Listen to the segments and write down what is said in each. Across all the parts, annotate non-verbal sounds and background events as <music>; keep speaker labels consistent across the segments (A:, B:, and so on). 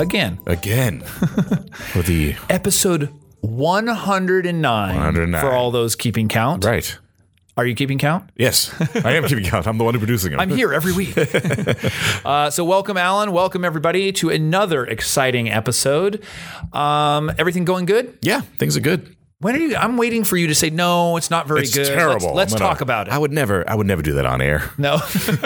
A: Again,
B: Again. <laughs> With the
A: episode 109,
B: 109.
A: for all those keeping count.
B: Right.
A: Are you keeping count?
B: Yes. I am keeping count. I'm the one who's producing it.
A: I'm here every
B: <laughs>
A: week. uh, so, welcome, Alan. Welcome, everybody, to another exciting episode. Um, everything going good?
B: Yeah, things are good.
A: When are you? I'm waiting for you to say, no, it's not very
B: It's
A: good. Let's-
B: terrible.
A: Let's,
B: I'm gonna-
A: talk about it.
B: I would never I would never do that on air. <laughs>
A: no. <laughs>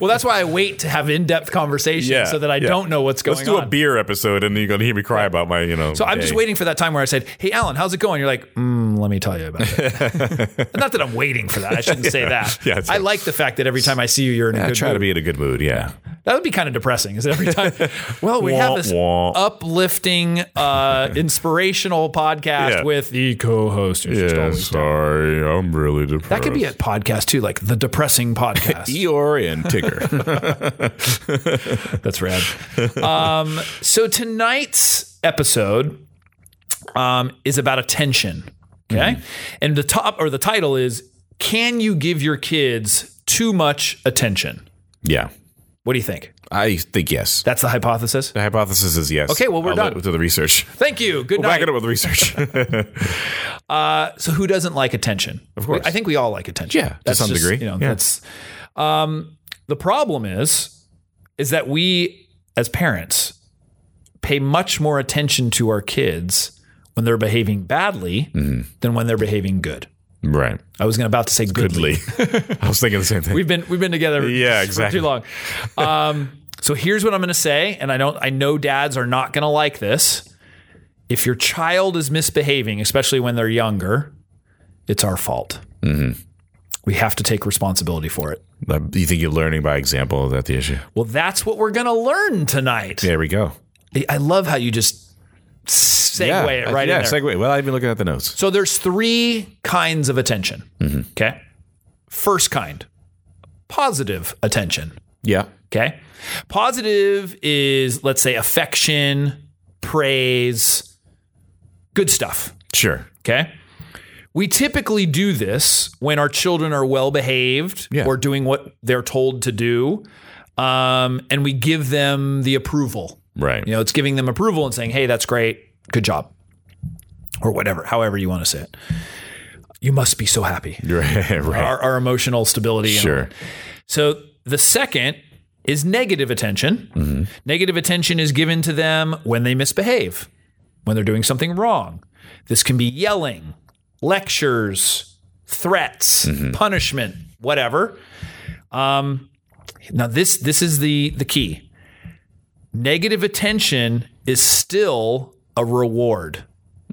A: well, that's why I wait to have in depth conversations so that I
B: yeah.
A: don't know what's going
B: Let's do
A: on.
B: a beer episode and then you're gonna hear me cry about my, you know.
A: So I'm just
B: day.
A: waiting for that time where I said, "Hey, Alan, how's it going?" You're like, mm, "Let me tell you about it."
B: <laughs>
A: Not that I'm waiting for that. I shouldn't say that.
B: Yeah, it's
A: I
B: right.
A: like the fact that every time I see you, you're in a
B: I
A: good
B: try
A: mood.
B: to be in a good mood, yeah.
A: That would be kind of depressing. Is it every
B: <laughs>
A: time? Well, we have
B: Wah,
A: this
B: wah.
A: uplifting, uh, inspirational podcast
B: Yeah.
A: with the co-host. who's just always down.
B: sorry. I'm really depressed.
A: That could be a podcast too, like the
B: <laughs>
A: depressing podcast.
B: Eeyore
A: <laughs>
B: and Tigger.
A: That's rad. Um, so tonight's episode um, is about attention. Okay, and the top or the title is: Can you give your kids too much attention?
B: yeah.
A: What do you think?
B: I think yes.
A: That's the hypothesis.
B: The hypothesis is yes.
A: Okay, well, we're
B: I'll
A: done.
B: let- To the research.
A: Thank you. Good
B: Back
A: night.
B: it up with research.
A: So who doesn't like attention? Of
B: course.
A: I think we all like attention.
B: Yeah, to some degree.
A: You know,
B: Yeah.
A: that's um, the problem is is that we as parents pay much more attention to our kids when they're behaving badly
B: Mm-hmm.
A: than when they're behaving good.
B: <laughs> right.
A: I was gonna about to say goodly.
B: Lee. <laughs> I was thinking the same thing.
A: We've been we've been together
B: Yeah, exactly.
A: for too long. Um, so here's what I'm gonna say, and I don't I know dads are not gonna like this. If your child is misbehaving, especially when they're younger, it's our fault.
B: Mm-hmm.
A: We have to take responsibility for it.
B: Uh, You think you're learning by example? Is that the issue?
A: Well, that's what we're gonna learn tonight.
B: There we go.
A: I love how you just segue it right in
B: yeah,
A: there.
B: segue. Well, I've been looking at the notes.
A: So there's three kinds of attention.
B: Mm-hmm.
A: Okay. First kind, positive attention.
B: Yeah.
A: Okay. Positive is, let's say, affection, praise, good stuff.
B: Sure.
A: Okay. We typically do this when our children are well behaved
B: Yeah.
A: or doing what they're told to do. Um, and we give them the approval.
B: Right.
A: You know, it's giving them approval and saying, hey, that's great. Good job. Or whatever, however you want to say it. You must be so happy.
B: <laughs> Right. right.
A: Our, our emotional stability and
B: Sure.
A: so the second is negative attention. Negative attention is given to them when they misbehave, when they're doing something wrong. This can be yelling, lectures, threats, punishment, whatever. Um, now this this is the the key. Negative attention is still a reward.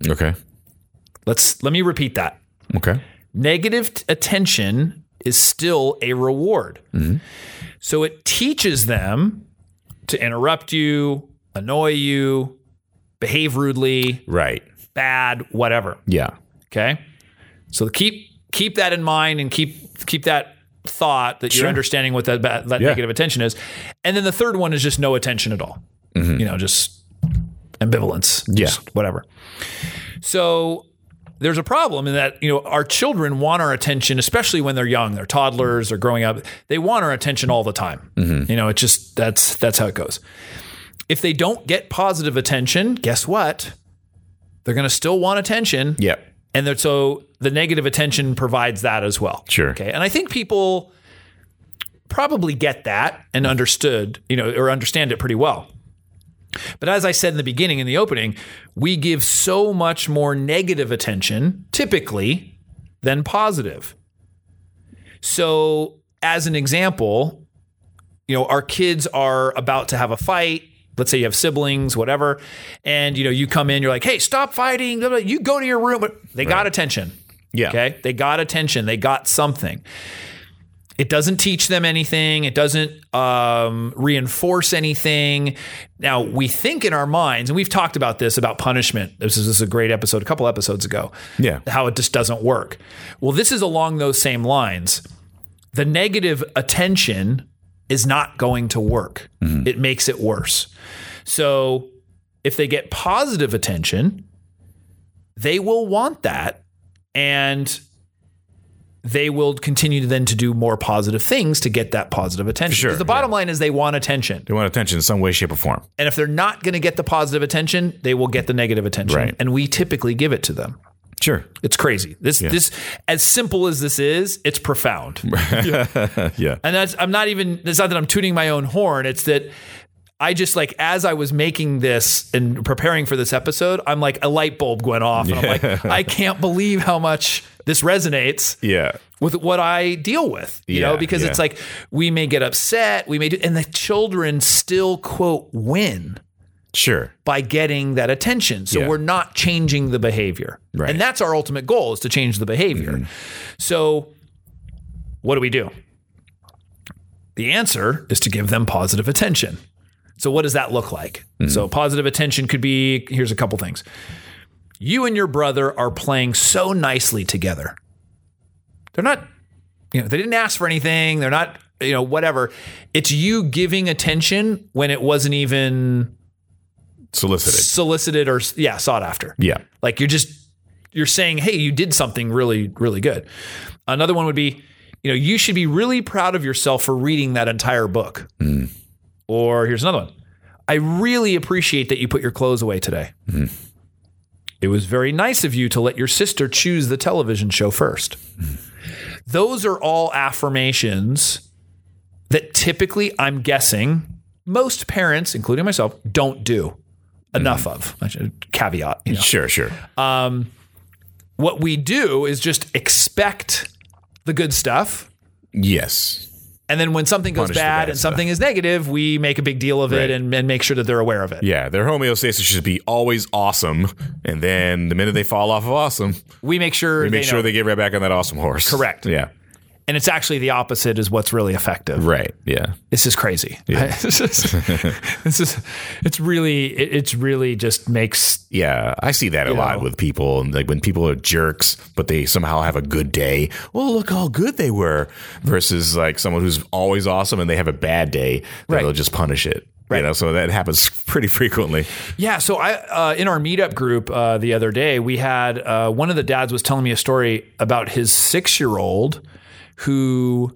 B: Okay.
A: Let's let me repeat that
B: Okay.
A: negative t- attention is still a reward. So it teaches them to interrupt you, annoy you, behave rudely,
B: Right.
A: bad, whatever.
B: Yeah.
A: Okay? So keep keep that in mind and keep keep that thought that you're
B: Sure.
A: understanding what that ba- that
B: Yeah.
A: negative attention is. And then the third one is just no attention at all. You know, just ambivalence,
B: Mm-hmm. Yeah.
A: just whatever. So there's a problem in that, you know, our children want our attention, especially when they're young, they're toddlers, they're growing up. They want our attention all the time.
B: Mm-hmm.
A: You know, it's just that's that's how it goes. If they don't get positive attention, guess what? They're going to still want attention.
B: Yeah.
A: And that, so the negative attention provides that as well.
B: Sure.
A: Okay. And I think people probably get that and understood, you know, or understand it pretty well. But as I said in the beginning, in the opening, we give so much more negative attention typically than positive. So, as an example, you know, our kids are about to have a fight. Let's say you have siblings, whatever, and you know, you come in, you're like, "Hey, stop fighting!" blah, blah, You go to your room. But They got attention.
B: Yeah.
A: Okay, they got attention. They got something. It doesn't teach them anything. It doesn't um, reinforce anything. Now we think in our minds, and we've talked about this about punishment. This is, this is a great episode, a couple episodes ago.
B: Yeah.
A: how it just doesn't work. Well, this is along those same lines. The negative attention is not going to work.
B: Mm-hmm.
A: It makes it worse. So if they get positive attention, they will want that and they will continue then to do more positive things to get that positive attention.
B: Sure,
A: 'Cause the bottom line is they want attention.
B: They want attention in some way, shape, or form.
A: And if they're not going to get the positive attention, they will get the negative attention.
B: Right.
A: And we typically give it to them.
B: Sure.
A: It's crazy. This this as simple as this is, it's profound.
B: <laughs> Yeah.
A: And that's I'm not even it's not that I'm tooting my own horn. It's that I just like as I was making this and preparing for this episode, I'm like a light bulb went off. And I'm like, I can't believe how much this resonates
B: Yeah.
A: with what I deal with, you know,
B: Yeah,
A: because
B: yeah.
A: it's like we may get upset, we may do, and the children still quote win
B: Sure.
A: by getting that attention. So
B: Yeah.
A: we're not changing the behavior.
B: Right. Mm-hmm.
A: And that's our ultimate goal is to change the behavior. So what do we do? The answer is to give them positive attention. So what does that look like?
B: Mm-hmm.
A: So positive attention could be here's a couple things. You and your brother are playing so nicely together. They're not you know, they didn't ask for anything. They're not, you know, whatever. It's you giving attention when it wasn't even
B: Solicited.
A: solicited or yeah sought after
B: Yeah.
A: like you're just you're saying hey you did something really really good another one would be you know you should be really proud of yourself for reading that entire book or here's another one i really appreciate that you put your clothes away today it was very nice of you to let your sister choose the television show first those are all affirmations that typically i'm guessing most parents including myself don't do enough of I should caveat you know
B: Sure. Sure.
A: what we do is just expect the good stuff.
B: yes.
A: And then when something goes
B: Punish the
A: bad
B: bad
A: and something is negative, we make a big deal of it
B: Right.
A: and, and make sure that they're aware of it.
B: Yeah. Their homeostasis should be always awesome, and then the minute they fall off of awesome,
A: We make sure
B: make
A: they
B: sure
A: know.
B: they get right back on that awesome horse.
A: Correct.
B: Yeah.
A: and it's actually the opposite is what's really effective.
B: Right. Yeah.
A: This is crazy. <laughs> this, is, this is it's really it, it's really just makes
B: Yeah, I see that a lot
A: know.
B: with people, and like when people are jerks, but they somehow have a good day. Well, look how good they were, versus like someone who's always awesome and they have a bad day, then
A: Right.
B: they'll just punish it. You know, so that happens <laughs> pretty frequently.
A: Yeah, so I uh, in our meetup group uh, the other day, we had uh, one of the dads was telling me a story about his six year old who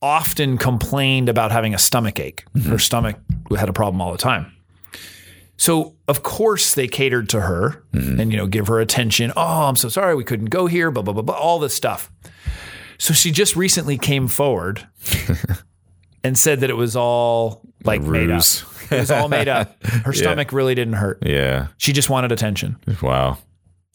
A: often complained about having a stomach ache. Her stomach had a problem all the time. So of course they catered to her and you know give her attention. Oh, I'm so sorry we couldn't go here. Blah blah blah blah. All this stuff. So she just recently came forward and said that it was all like made up.
B: ruse.
A: It was all made <laughs> up. Her stomach really didn't hurt.
B: Yeah.
A: She just wanted attention. I
B: Wow.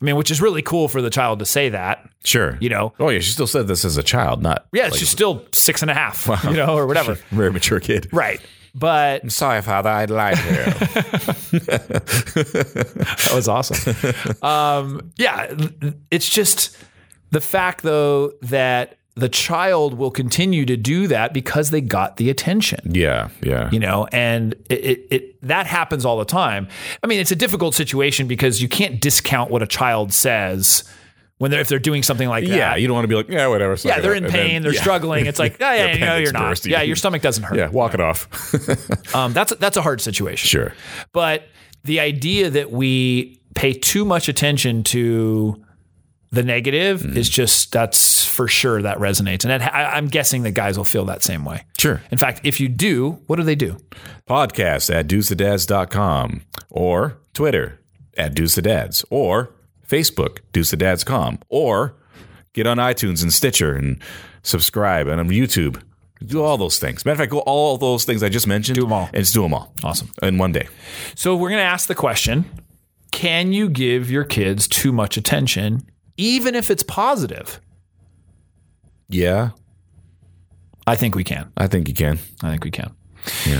A: mean, which is really cool for the child to say that.
B: Sure.
A: You know.
B: Oh yeah, she still said this as a child, not
A: Yeah, she's still six and a half, you know, or <laughs> whatever.
B: very mature kid.
A: right. But
B: Sorry, father, I lied here.
A: that was awesome. <laughs> um, yeah, it's just the fact though that the child will continue to do that because they got the attention.
B: <laughs> yeah. Yeah.
A: You know, and it, it, it that happens all the time. I mean, it's a difficult situation because you can't discount what a child says when they're if they're doing something like that.
B: yeah. You don't want to be like, yeah, whatever. suck
A: Yeah,
B: it
A: they're
B: up,"
A: in
B: and then-
A: pain. they're
B: <laughs> yeah.
A: struggling. It's like, yeah, yeah,
B: Their
A: you know, you're
B: appendix
A: not.
B: burst.
A: Yeah, your stomach doesn't hurt.
B: Yeah, walk it off. <laughs>
A: Um, that's that's a hard situation.
B: sure.
A: But the idea that we pay too much attention to the negative
B: Mm.
A: is just that's for sure that resonates, and it, I, I'm guessing that guys will feel that same way.
B: Sure.
A: In fact, if you do, what do they do?
B: podcast at deucedads.com or Twitter at deucedads or Facebook, deucedads.com or get on iTunes and Stitcher and subscribe and on YouTube. Do all those things. Matter of fact, go all those things I just mentioned. Do
A: 'em all.
B: And just do them all. Awesome. In one day.
A: So we're going to ask the question: Can you give your kids too much attention, even if it's positive?
B: Yeah,
A: I think we can.
B: I think you can.
A: I think we can.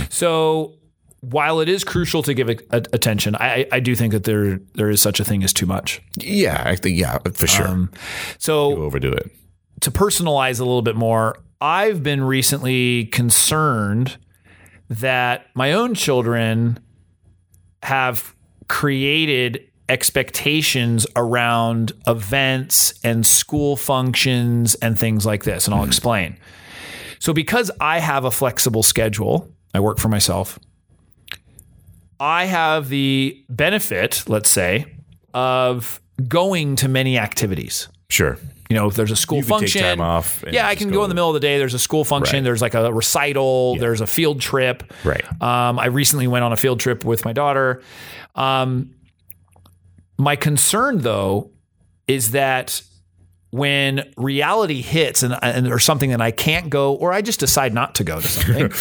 A: So while it is crucial to give a, a- attention, I, I- I do think that there there is such a thing as too much.
B: Yeah, I think, yeah, for sure.
A: So
B: Overdo it.
A: to personalize a little bit more, I've been recently concerned that my own children have created expectations around events and school functions and things like this. And I'll explain. So, because I have a flexible schedule, I work for myself. I have the benefit, let's say, of going to many activities.
B: Sure.
A: You know, if there's a school
B: can take
A: function,
B: time off and
A: yeah, I
B: just
A: can
B: go
A: go in the middle of the day. There's a school function.
B: Right.
A: There's like a recital. There's a field trip.
B: Right.
A: Um, I recently went on a field trip with my daughter. Um, my concern, though, is that when reality hits and, and or something that I can't go, or I just decide not to go to
B: <laughs>
A: something,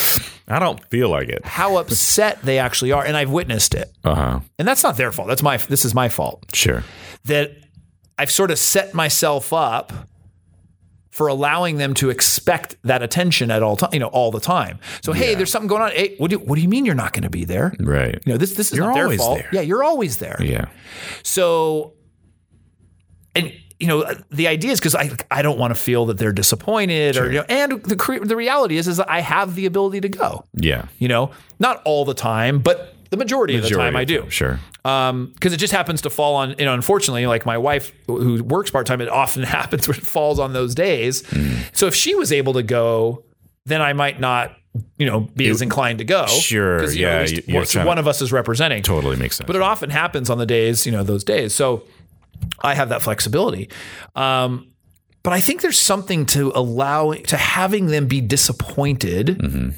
B: I don't feel like it.
A: how upset they actually are, and I've witnessed it.
B: Uh huh.
A: And that's not their fault. That's my. This is my fault
B: Sure.
A: that I've sort of set myself up for allowing them to expect that attention at all time, you know, all the time. So, hey, there's something going on. Hey, what do you, what do you mean you're not going to be there?
B: Right.
A: You know, this this is
B: Mm. You're
A: not their
B: always
A: fault.
B: there.
A: Yeah, you're always there.
B: Yeah.
A: So, and you know, the idea is because I I don't want to feel that they're disappointed or you know, and the cre- the reality is is that I have the ability to go.
B: Yeah.
A: You know, not all the time, but the majority, of the time I do
B: Sure.
A: because Um, it just happens to fall on you know unfortunately like my wife who works part-time it often <laughs> happens when it falls on those days
B: Mm.
A: so if she was able to go then i might not you know be as inclined to go
B: Sure,
A: 'Cause, you know, at
B: yeah,
A: least
B: you- you're
A: one-
B: trying to-
A: one of us is representing
B: Totally makes sense.
A: but it often happens on the days you know those days so i have that flexibility um, but i think there's something to allowing to having them be disappointed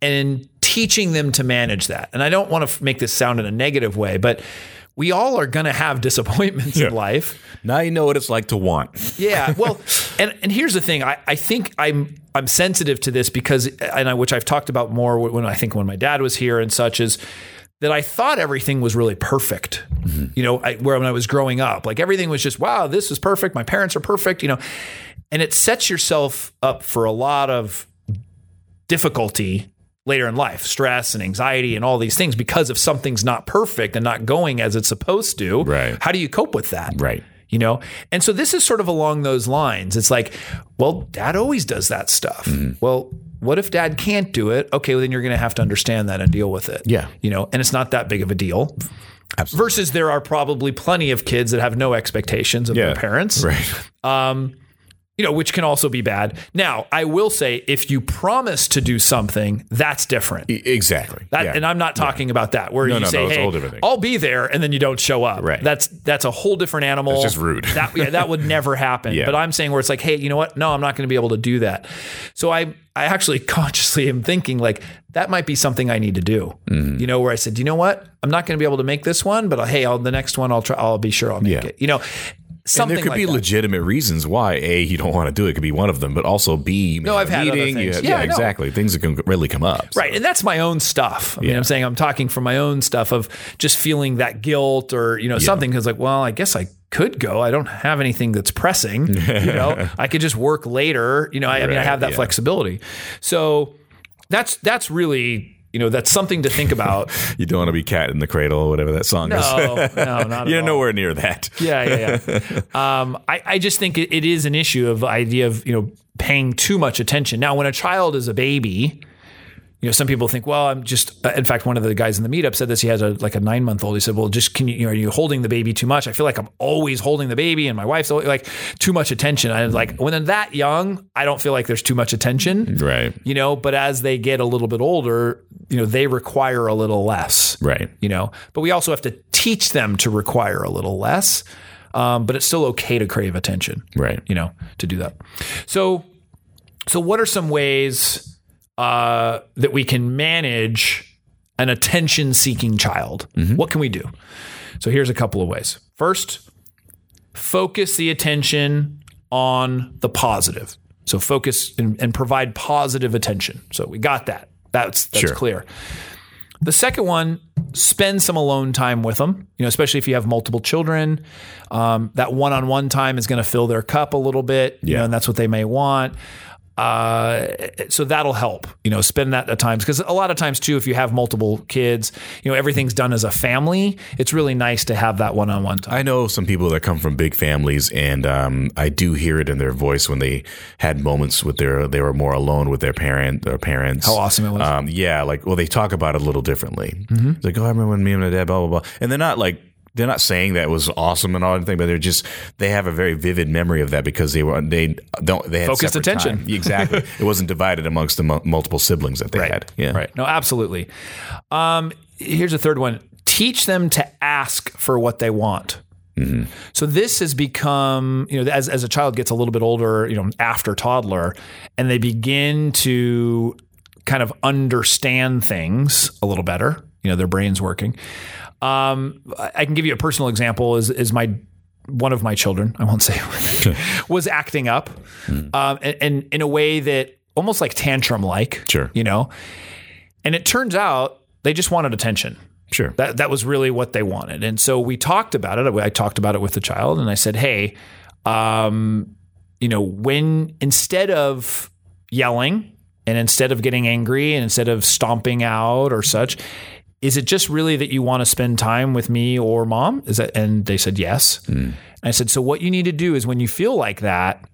A: and teaching them to manage that and i don't want to f- make this sound in a negative way but we all are going to have disappointments in life
B: now you know what it's like to want.
A: yeah. Well, and and here's the thing. I, I think I'm I'm sensitive to this because and I, which I've talked about more when I think when my dad was here and such is that I thought everything was really perfect. You know, I, where when I was growing up, like everything was just wow, this is perfect. My parents are perfect. You know, and it sets yourself up for a lot of difficulty later in life, stress and anxiety and all these things because if something's not perfect and not going as it's supposed to,
B: Right.
A: how do you cope with that?
B: Right.
A: you know and so this is sort of along those lines it's like well dad always does that stuff
B: Mm-hmm.
A: well what if dad can't do it okay well, then you're going to have to understand that and deal with it
B: Yeah.
A: you know and it's not that big of a deal
B: Absolutely.
A: versus there are probably plenty of kids that have no expectations of
B: Yeah.
A: their parents
B: Right.
A: you know which can also be bad now i will say if you promise to do something that's different
B: E, Exactly.
A: that,
B: yeah.
A: And I'm not talking about that where you
B: no, no,
A: say,
B: it's a
A: "Hey,
B: whole different thing."
A: I'll be there," and then you don't show up.
B: Right.
A: That's that's a whole different animal. It's
B: just rude.
A: that yeah, that would
B: <laughs>
A: never happen.
B: Yeah.
A: But I'm saying where it's like, "Hey, you know what? No, I'm not going to be able to do that." So I I actually <laughs> consciously am thinking like that might be something I need to do.
B: Mm-hmm.
A: You know, where I said, "You know what? I'm not going to be able to make this one, but hey, I'll, the next one I'll try. I'll be sure I'll make
B: Yeah.
A: it." You know,
B: and
A: something
B: there could
A: like
B: be
A: that.
B: legitimate reasons why a you don't want to do it. It Could be one of them, but also b no,
A: I've had other things.
B: yeah,
A: Yeah, no.
B: exactly. Things that can really come up.
A: Right. And that's my own stuff. I mean,
B: Yeah.
A: I'm saying I'm talking from my own stuff of just feeling that guilt or, you know, something because, like, well, I guess I could go. I don't have anything that's pressing.
B: <laughs>
A: you know, I could just work later. You know, I, I mean, I
B: Right,
A: have that
B: yeah.
A: flexibility. So that's, that's really, you know, that's something to think
B: <laughs>
A: about. Oh,
B: You don't want to be cat in the cradle or whatever that song is.
A: no, no, not at
B: <laughs> You're
A: all.
B: nowhere near that.
A: Yeah, yeah, yeah. um, I, I just think it, it is an issue of idea of you know paying too much attention. Now, when a child is a baby, you know, some people think, well, I'm just. uh, In fact, one of the guys in the meetup said this. He has a like a nine month old. He said, well, just can you, you know, are you holding the baby too much? I feel like I'm always holding the baby, and my wife's always, like too much attention. I was like when they're that young, I don't feel like there's too much attention.
B: <laughs> Right.
A: You know, but as they get a little bit older, you know, they require a little less
B: Right.
A: you know but we also have to teach them to require a little less um, but it's still okay to crave attention
B: Right.
A: you know to do that so so what are some ways uh, that we can manage an attention seeking child what can we do so here's a couple of ways first focus the attention on the positive so focus and, and provide positive attention so we got that that's that's
B: Sure.
A: clear the second one, spend some alone time with them. You know, especially if you have multiple children, um, that one-on-one time is going to fill their cup a little bit. You know,
B: Yeah.
A: and that's what they may want. Uh, so that'll help, you know, spend that at times. Cause a lot of times too, if you have multiple kids, you know, everything's done as a family. It's really nice to have that one-on-one time.
B: I know some people that come from big families, and um, I do hear it in their voice when they had moments with their they were more alone with their parent their parents.
A: How awesome it was.
B: Um, yeah, like well, they talk about it a little differently.
A: Mm-hmm.
B: It's like, oh, I remember when me and my dad, blah blah blah, and they're not like they're not saying that was awesome and all anything, but they're just they have a very vivid memory of that because they were they don't they had
A: Focused
B: separate
A: attention. <laughs>
B: time. <laughs> exactly. it wasn't divided amongst the mu- multiple siblings that they had. Yeah,
A: Right. No, absolutely. Um, here's a third one teach them to ask for what they want. So this has become, you know, as, as a child gets a little bit older, you know, after toddler, and they begin to kind of understand things a little better. You know, their brain's working. Um, I I can give you a personal example. Is is my one of my children? I won't say was acting up, um, and, and in a way that almost like tantrum like.
B: Sure.
A: you know, and it turns out they just wanted attention.
B: Sure.
A: That that was really what they wanted. And so we talked about it. I talked about it with the child and I said, "Hey, um, you know, when instead of yelling and instead of getting angry and instead of stomping out or such, is it just really that you want to spend time with me or mom? Is that and they said yes. And I said, "So what you need to do is when you feel like that,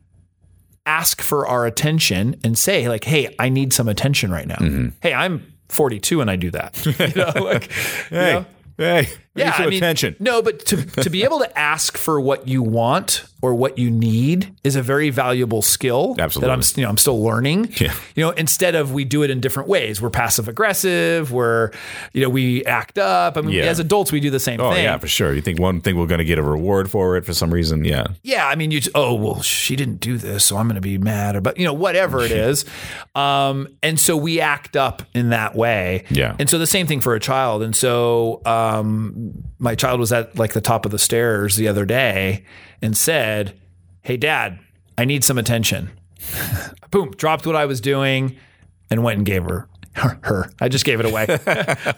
A: ask for our attention and say like hey i need some attention right now hey i'm 42 and i do that <laughs> you know like you
B: Hey,
A: know?
B: hey,
A: yeah
B: pay
A: I mean,
B: attention.
A: no but to, to be able to ask for what you want or what you need is a very valuable skill that i'm
B: Absolutely.
A: you know i'm still learning
B: Yeah.
A: you know instead of we do it in different ways we're passive aggressive we're you know we act up i mean
B: Yeah.
A: as adults we do the same
B: Oh
A: thing
B: yeah, for sure. You think one thing we're going to get a reward for it for some reason? Yeah, <laughs>
A: yeah, I mean, you, oh, well, she didn't do this, so I'm going to be mad, or, but you know, whatever
B: <laughs>
A: it is. Um, and so we act up in that way.
B: Yeah.
A: And so the same thing for a child. And so, um, my child was at like the top of the stairs the other day and said, Hey, dad, I need some attention. <laughs> Boom, dropped what I was doing and went and gave her. Her, her. I just gave it
B: <laughs>
A: away.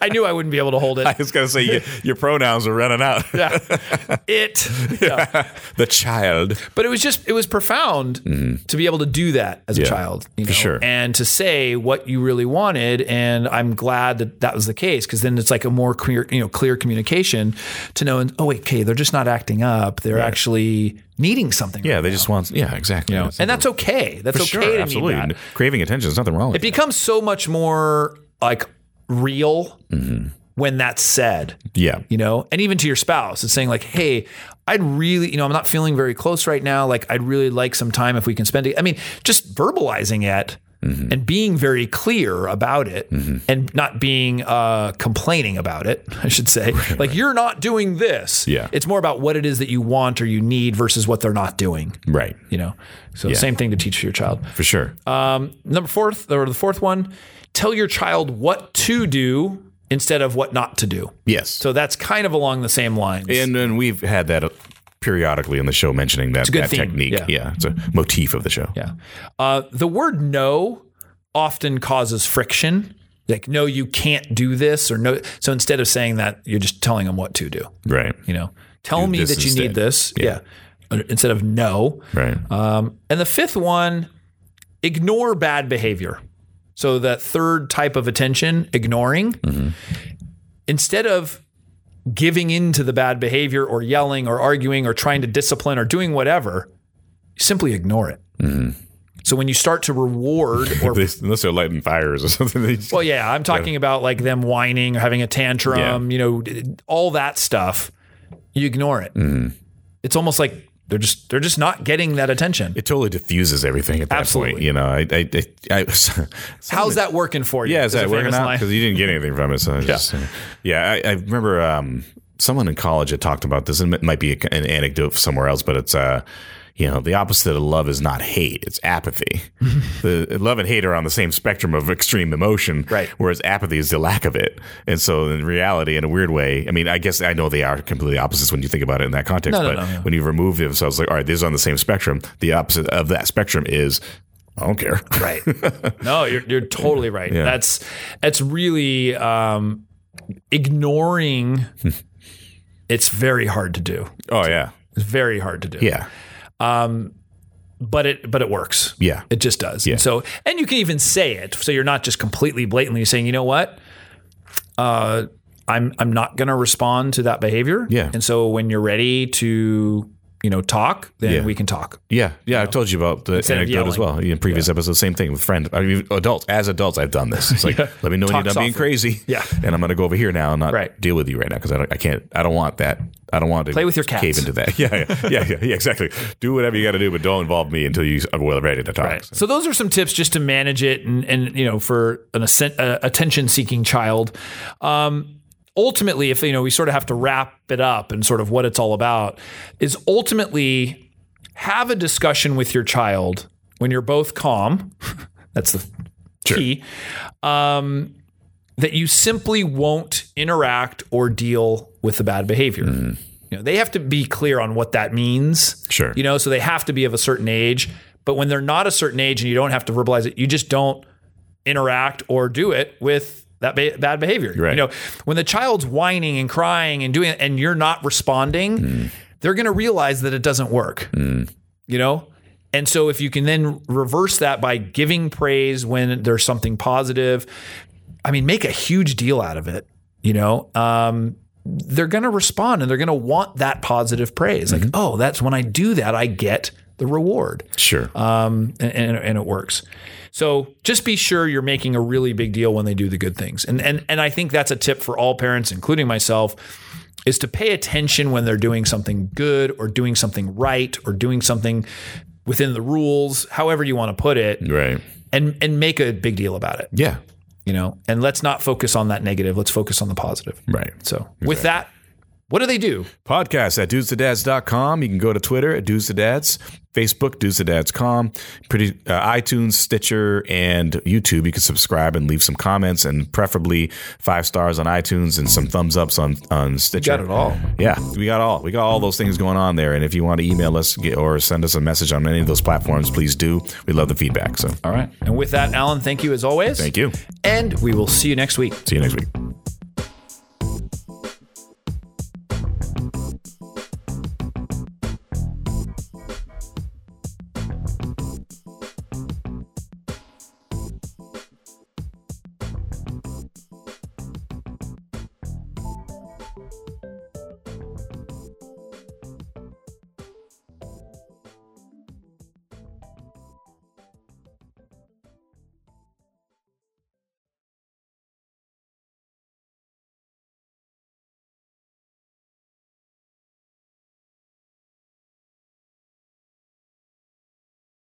A: I knew I wouldn't be able to hold it.
B: I was going to say you, your pronouns are running out.
A: <laughs> Yeah. <laughs>
B: <laughs>
A: It. Yeah.
B: the child.
A: But it was just it was profound to be able to do that as a
B: Mm-hmm. Yeah,
A: child, you know,
B: sure.
A: and to say what you really wanted. And I'm glad that that was the case because then it's like a more clear, you know, clear communication to know. And oh, wait, okay, they're just not acting up; they're actually needing something.
B: Yeah, they just want. Yeah, exactly.
A: you know? and that's okay. That's okay to need that.
B: Craving attention. There's nothing wrong with
A: It becomes so much more like real
B: Mm-hmm.
A: when that's said
B: it. Yeah.
A: you know, and even to your spouse, it's saying like, "Hey, I'd really, you know, I'm not feeling very close right now. Like, I'd really like some time if we can spend it." I mean, just verbalizing it and being very clear about it, and not being uh, complaining about it. <laughs> I should say, like, you're not doing this.
B: Yeah.
A: it's more about what it is that you want or you need versus what they're not doing.
B: Right.
A: You know, so same thing to teach your child.
B: For sure.
A: Um, number fourth, or the fourth one, tell your child what to do instead of what not to do.
B: yes.
A: So that's kind of along the same lines.
B: and and we've had that uh, periodically in the show mentioning that,
A: good
B: that
A: theme.
B: technique.
A: Yeah.
B: It's a motif of the show.
A: yeah. Uh, the word no often causes friction. Like, no, you can't do this, or no. So instead of saying that, you're just telling them what to do.
B: Right.
A: You know, tell me
B: this
A: that you need
B: instead.
A: this. Yeah. Uh, Instead of no.
B: Right.
A: Um, and the fifth one, ignore bad behavior. So that third type of attention, ignoring, instead of giving in to the bad behavior or yelling or arguing or trying to discipline or doing whatever, simply ignore it. So when you start to reward
B: <laughs>
A: or
B: This- Unless they're lighting fires or <laughs> something. They just-
A: well, yeah, I'm talking about like them whining or having a tantrum, you know, d- all that stuff. You ignore it. It's almost like they're just they're just not getting that attention.
B: it totally diffuses everything at that
A: Absolutely.
B: point. You know, I, I, I, <laughs> I
A: How's that working for you?
B: Yeah, is
A: a
B: that working
A: famous
B: out?
A: line.
B: Because you didn't get anything from it. So I just, yeah, I, I remember um, someone in college had talked about this, and it might be a, an anecdote somewhere else, but it's uh, you know, the opposite of love is not hate; it's
A: <laughs>
B: apathy. the love and hate are on the same spectrum of extreme emotion,
A: Right.
B: Whereas apathy is the lack of it, and so in reality, in a weird way, I mean, I guess I know they are completely opposites when you think about it in that context.
A: No, no,
B: but
A: no, no.
B: when you remove them, so I was like, all right, this is on the same spectrum. The opposite of that spectrum is. I
A: <laughs>
B: don't care. <laughs>
A: Right. no, you're you're totally right.
B: Yeah.
A: That's that's really um,
B: <laughs>
A: ignoring. it's very hard to do.
B: Oh yeah,
A: It's very hard to do.
B: yeah.
A: but it but it works.
B: Yeah.
A: It just does.
B: Yeah.
A: And so and you can even say it. So you're not just completely blatantly saying, you know what? Uh I'm I'm not gonna respond to that behavior.
B: Yeah.
A: And so when you're ready to, you know, talk, then
B: Yeah.
A: we can talk.
B: Yeah, yeah, I've told you about the
A: of
B: anecdote as well in previous episodes. Same thing with friends. I mean, adults as adults, I've done this. It's like, let me know when you're
A: Talk
B: done
A: softly.
B: being crazy.
A: Yeah.
B: and I'm going to go over here now and not
A: Right.
B: deal with you right now because I don't, I can't, I don't want that. I don't want to
A: Play with your
B: cave
A: cats.
B: into that. <laughs> Yeah, yeah, yeah, yeah, yeah exactly. Do whatever you got to do, but don't involve me until you are well ready to talk.
A: So those are some tips just to manage it and, and you know, for an assen- uh, attention seeking child. Um, ultimately, if, you know, we sort of have to wrap it up and sort of what it's all about is ultimately have a discussion with your child when you're both calm. That's the key. Um, that you simply won't interact or deal with the bad behavior. You know, they have to be clear on what that means.
B: Sure.
A: You know, so they have to be of a certain age. But when they're not a certain age and you don't have to verbalize it, you just don't interact or do it with that ba- bad behavior.
B: Right.
A: You know, when the child's whining and crying and doing it and you're not responding, they're going to realize that it doesn't work. You know? And so if you can then reverse that by giving praise when there's something positive, I mean, make a huge deal out of it. You know, um, they're going to respond and they're going to want that positive praise. Like, oh, that's when I do that, I get the reward.
B: Sure.
A: Um, and, and, and it works. So just be sure you're making a really big deal when they do the good things. And, and, and I think that's a tip for all parents, including myself, is to pay attention when they're doing something good or doing something right or doing something within the rules, however you want to put it,
B: right.
A: and, and make a big deal about it
B: Yeah.
A: you know and let's not focus on that negative let's focus on the positive
B: Right.
A: so with that what do they do
B: podcast at dudesadads.com. You can go to Twitter at dudesadads, Facebook, dudesadads.com, pretty, uh, iTunes, Stitcher, and YouTube. You can subscribe and leave some comments and preferably five stars on iTunes and some thumbs ups on, on Stitcher.
A: got it all.
B: Yeah, we got all. We got all those things going on there. And if you want to email us get- or send us a message on any of those platforms, please do. We love the feedback. So
A: all right and with that alan thank you as always
B: thank you.
A: and we will see you next week
B: See you next week.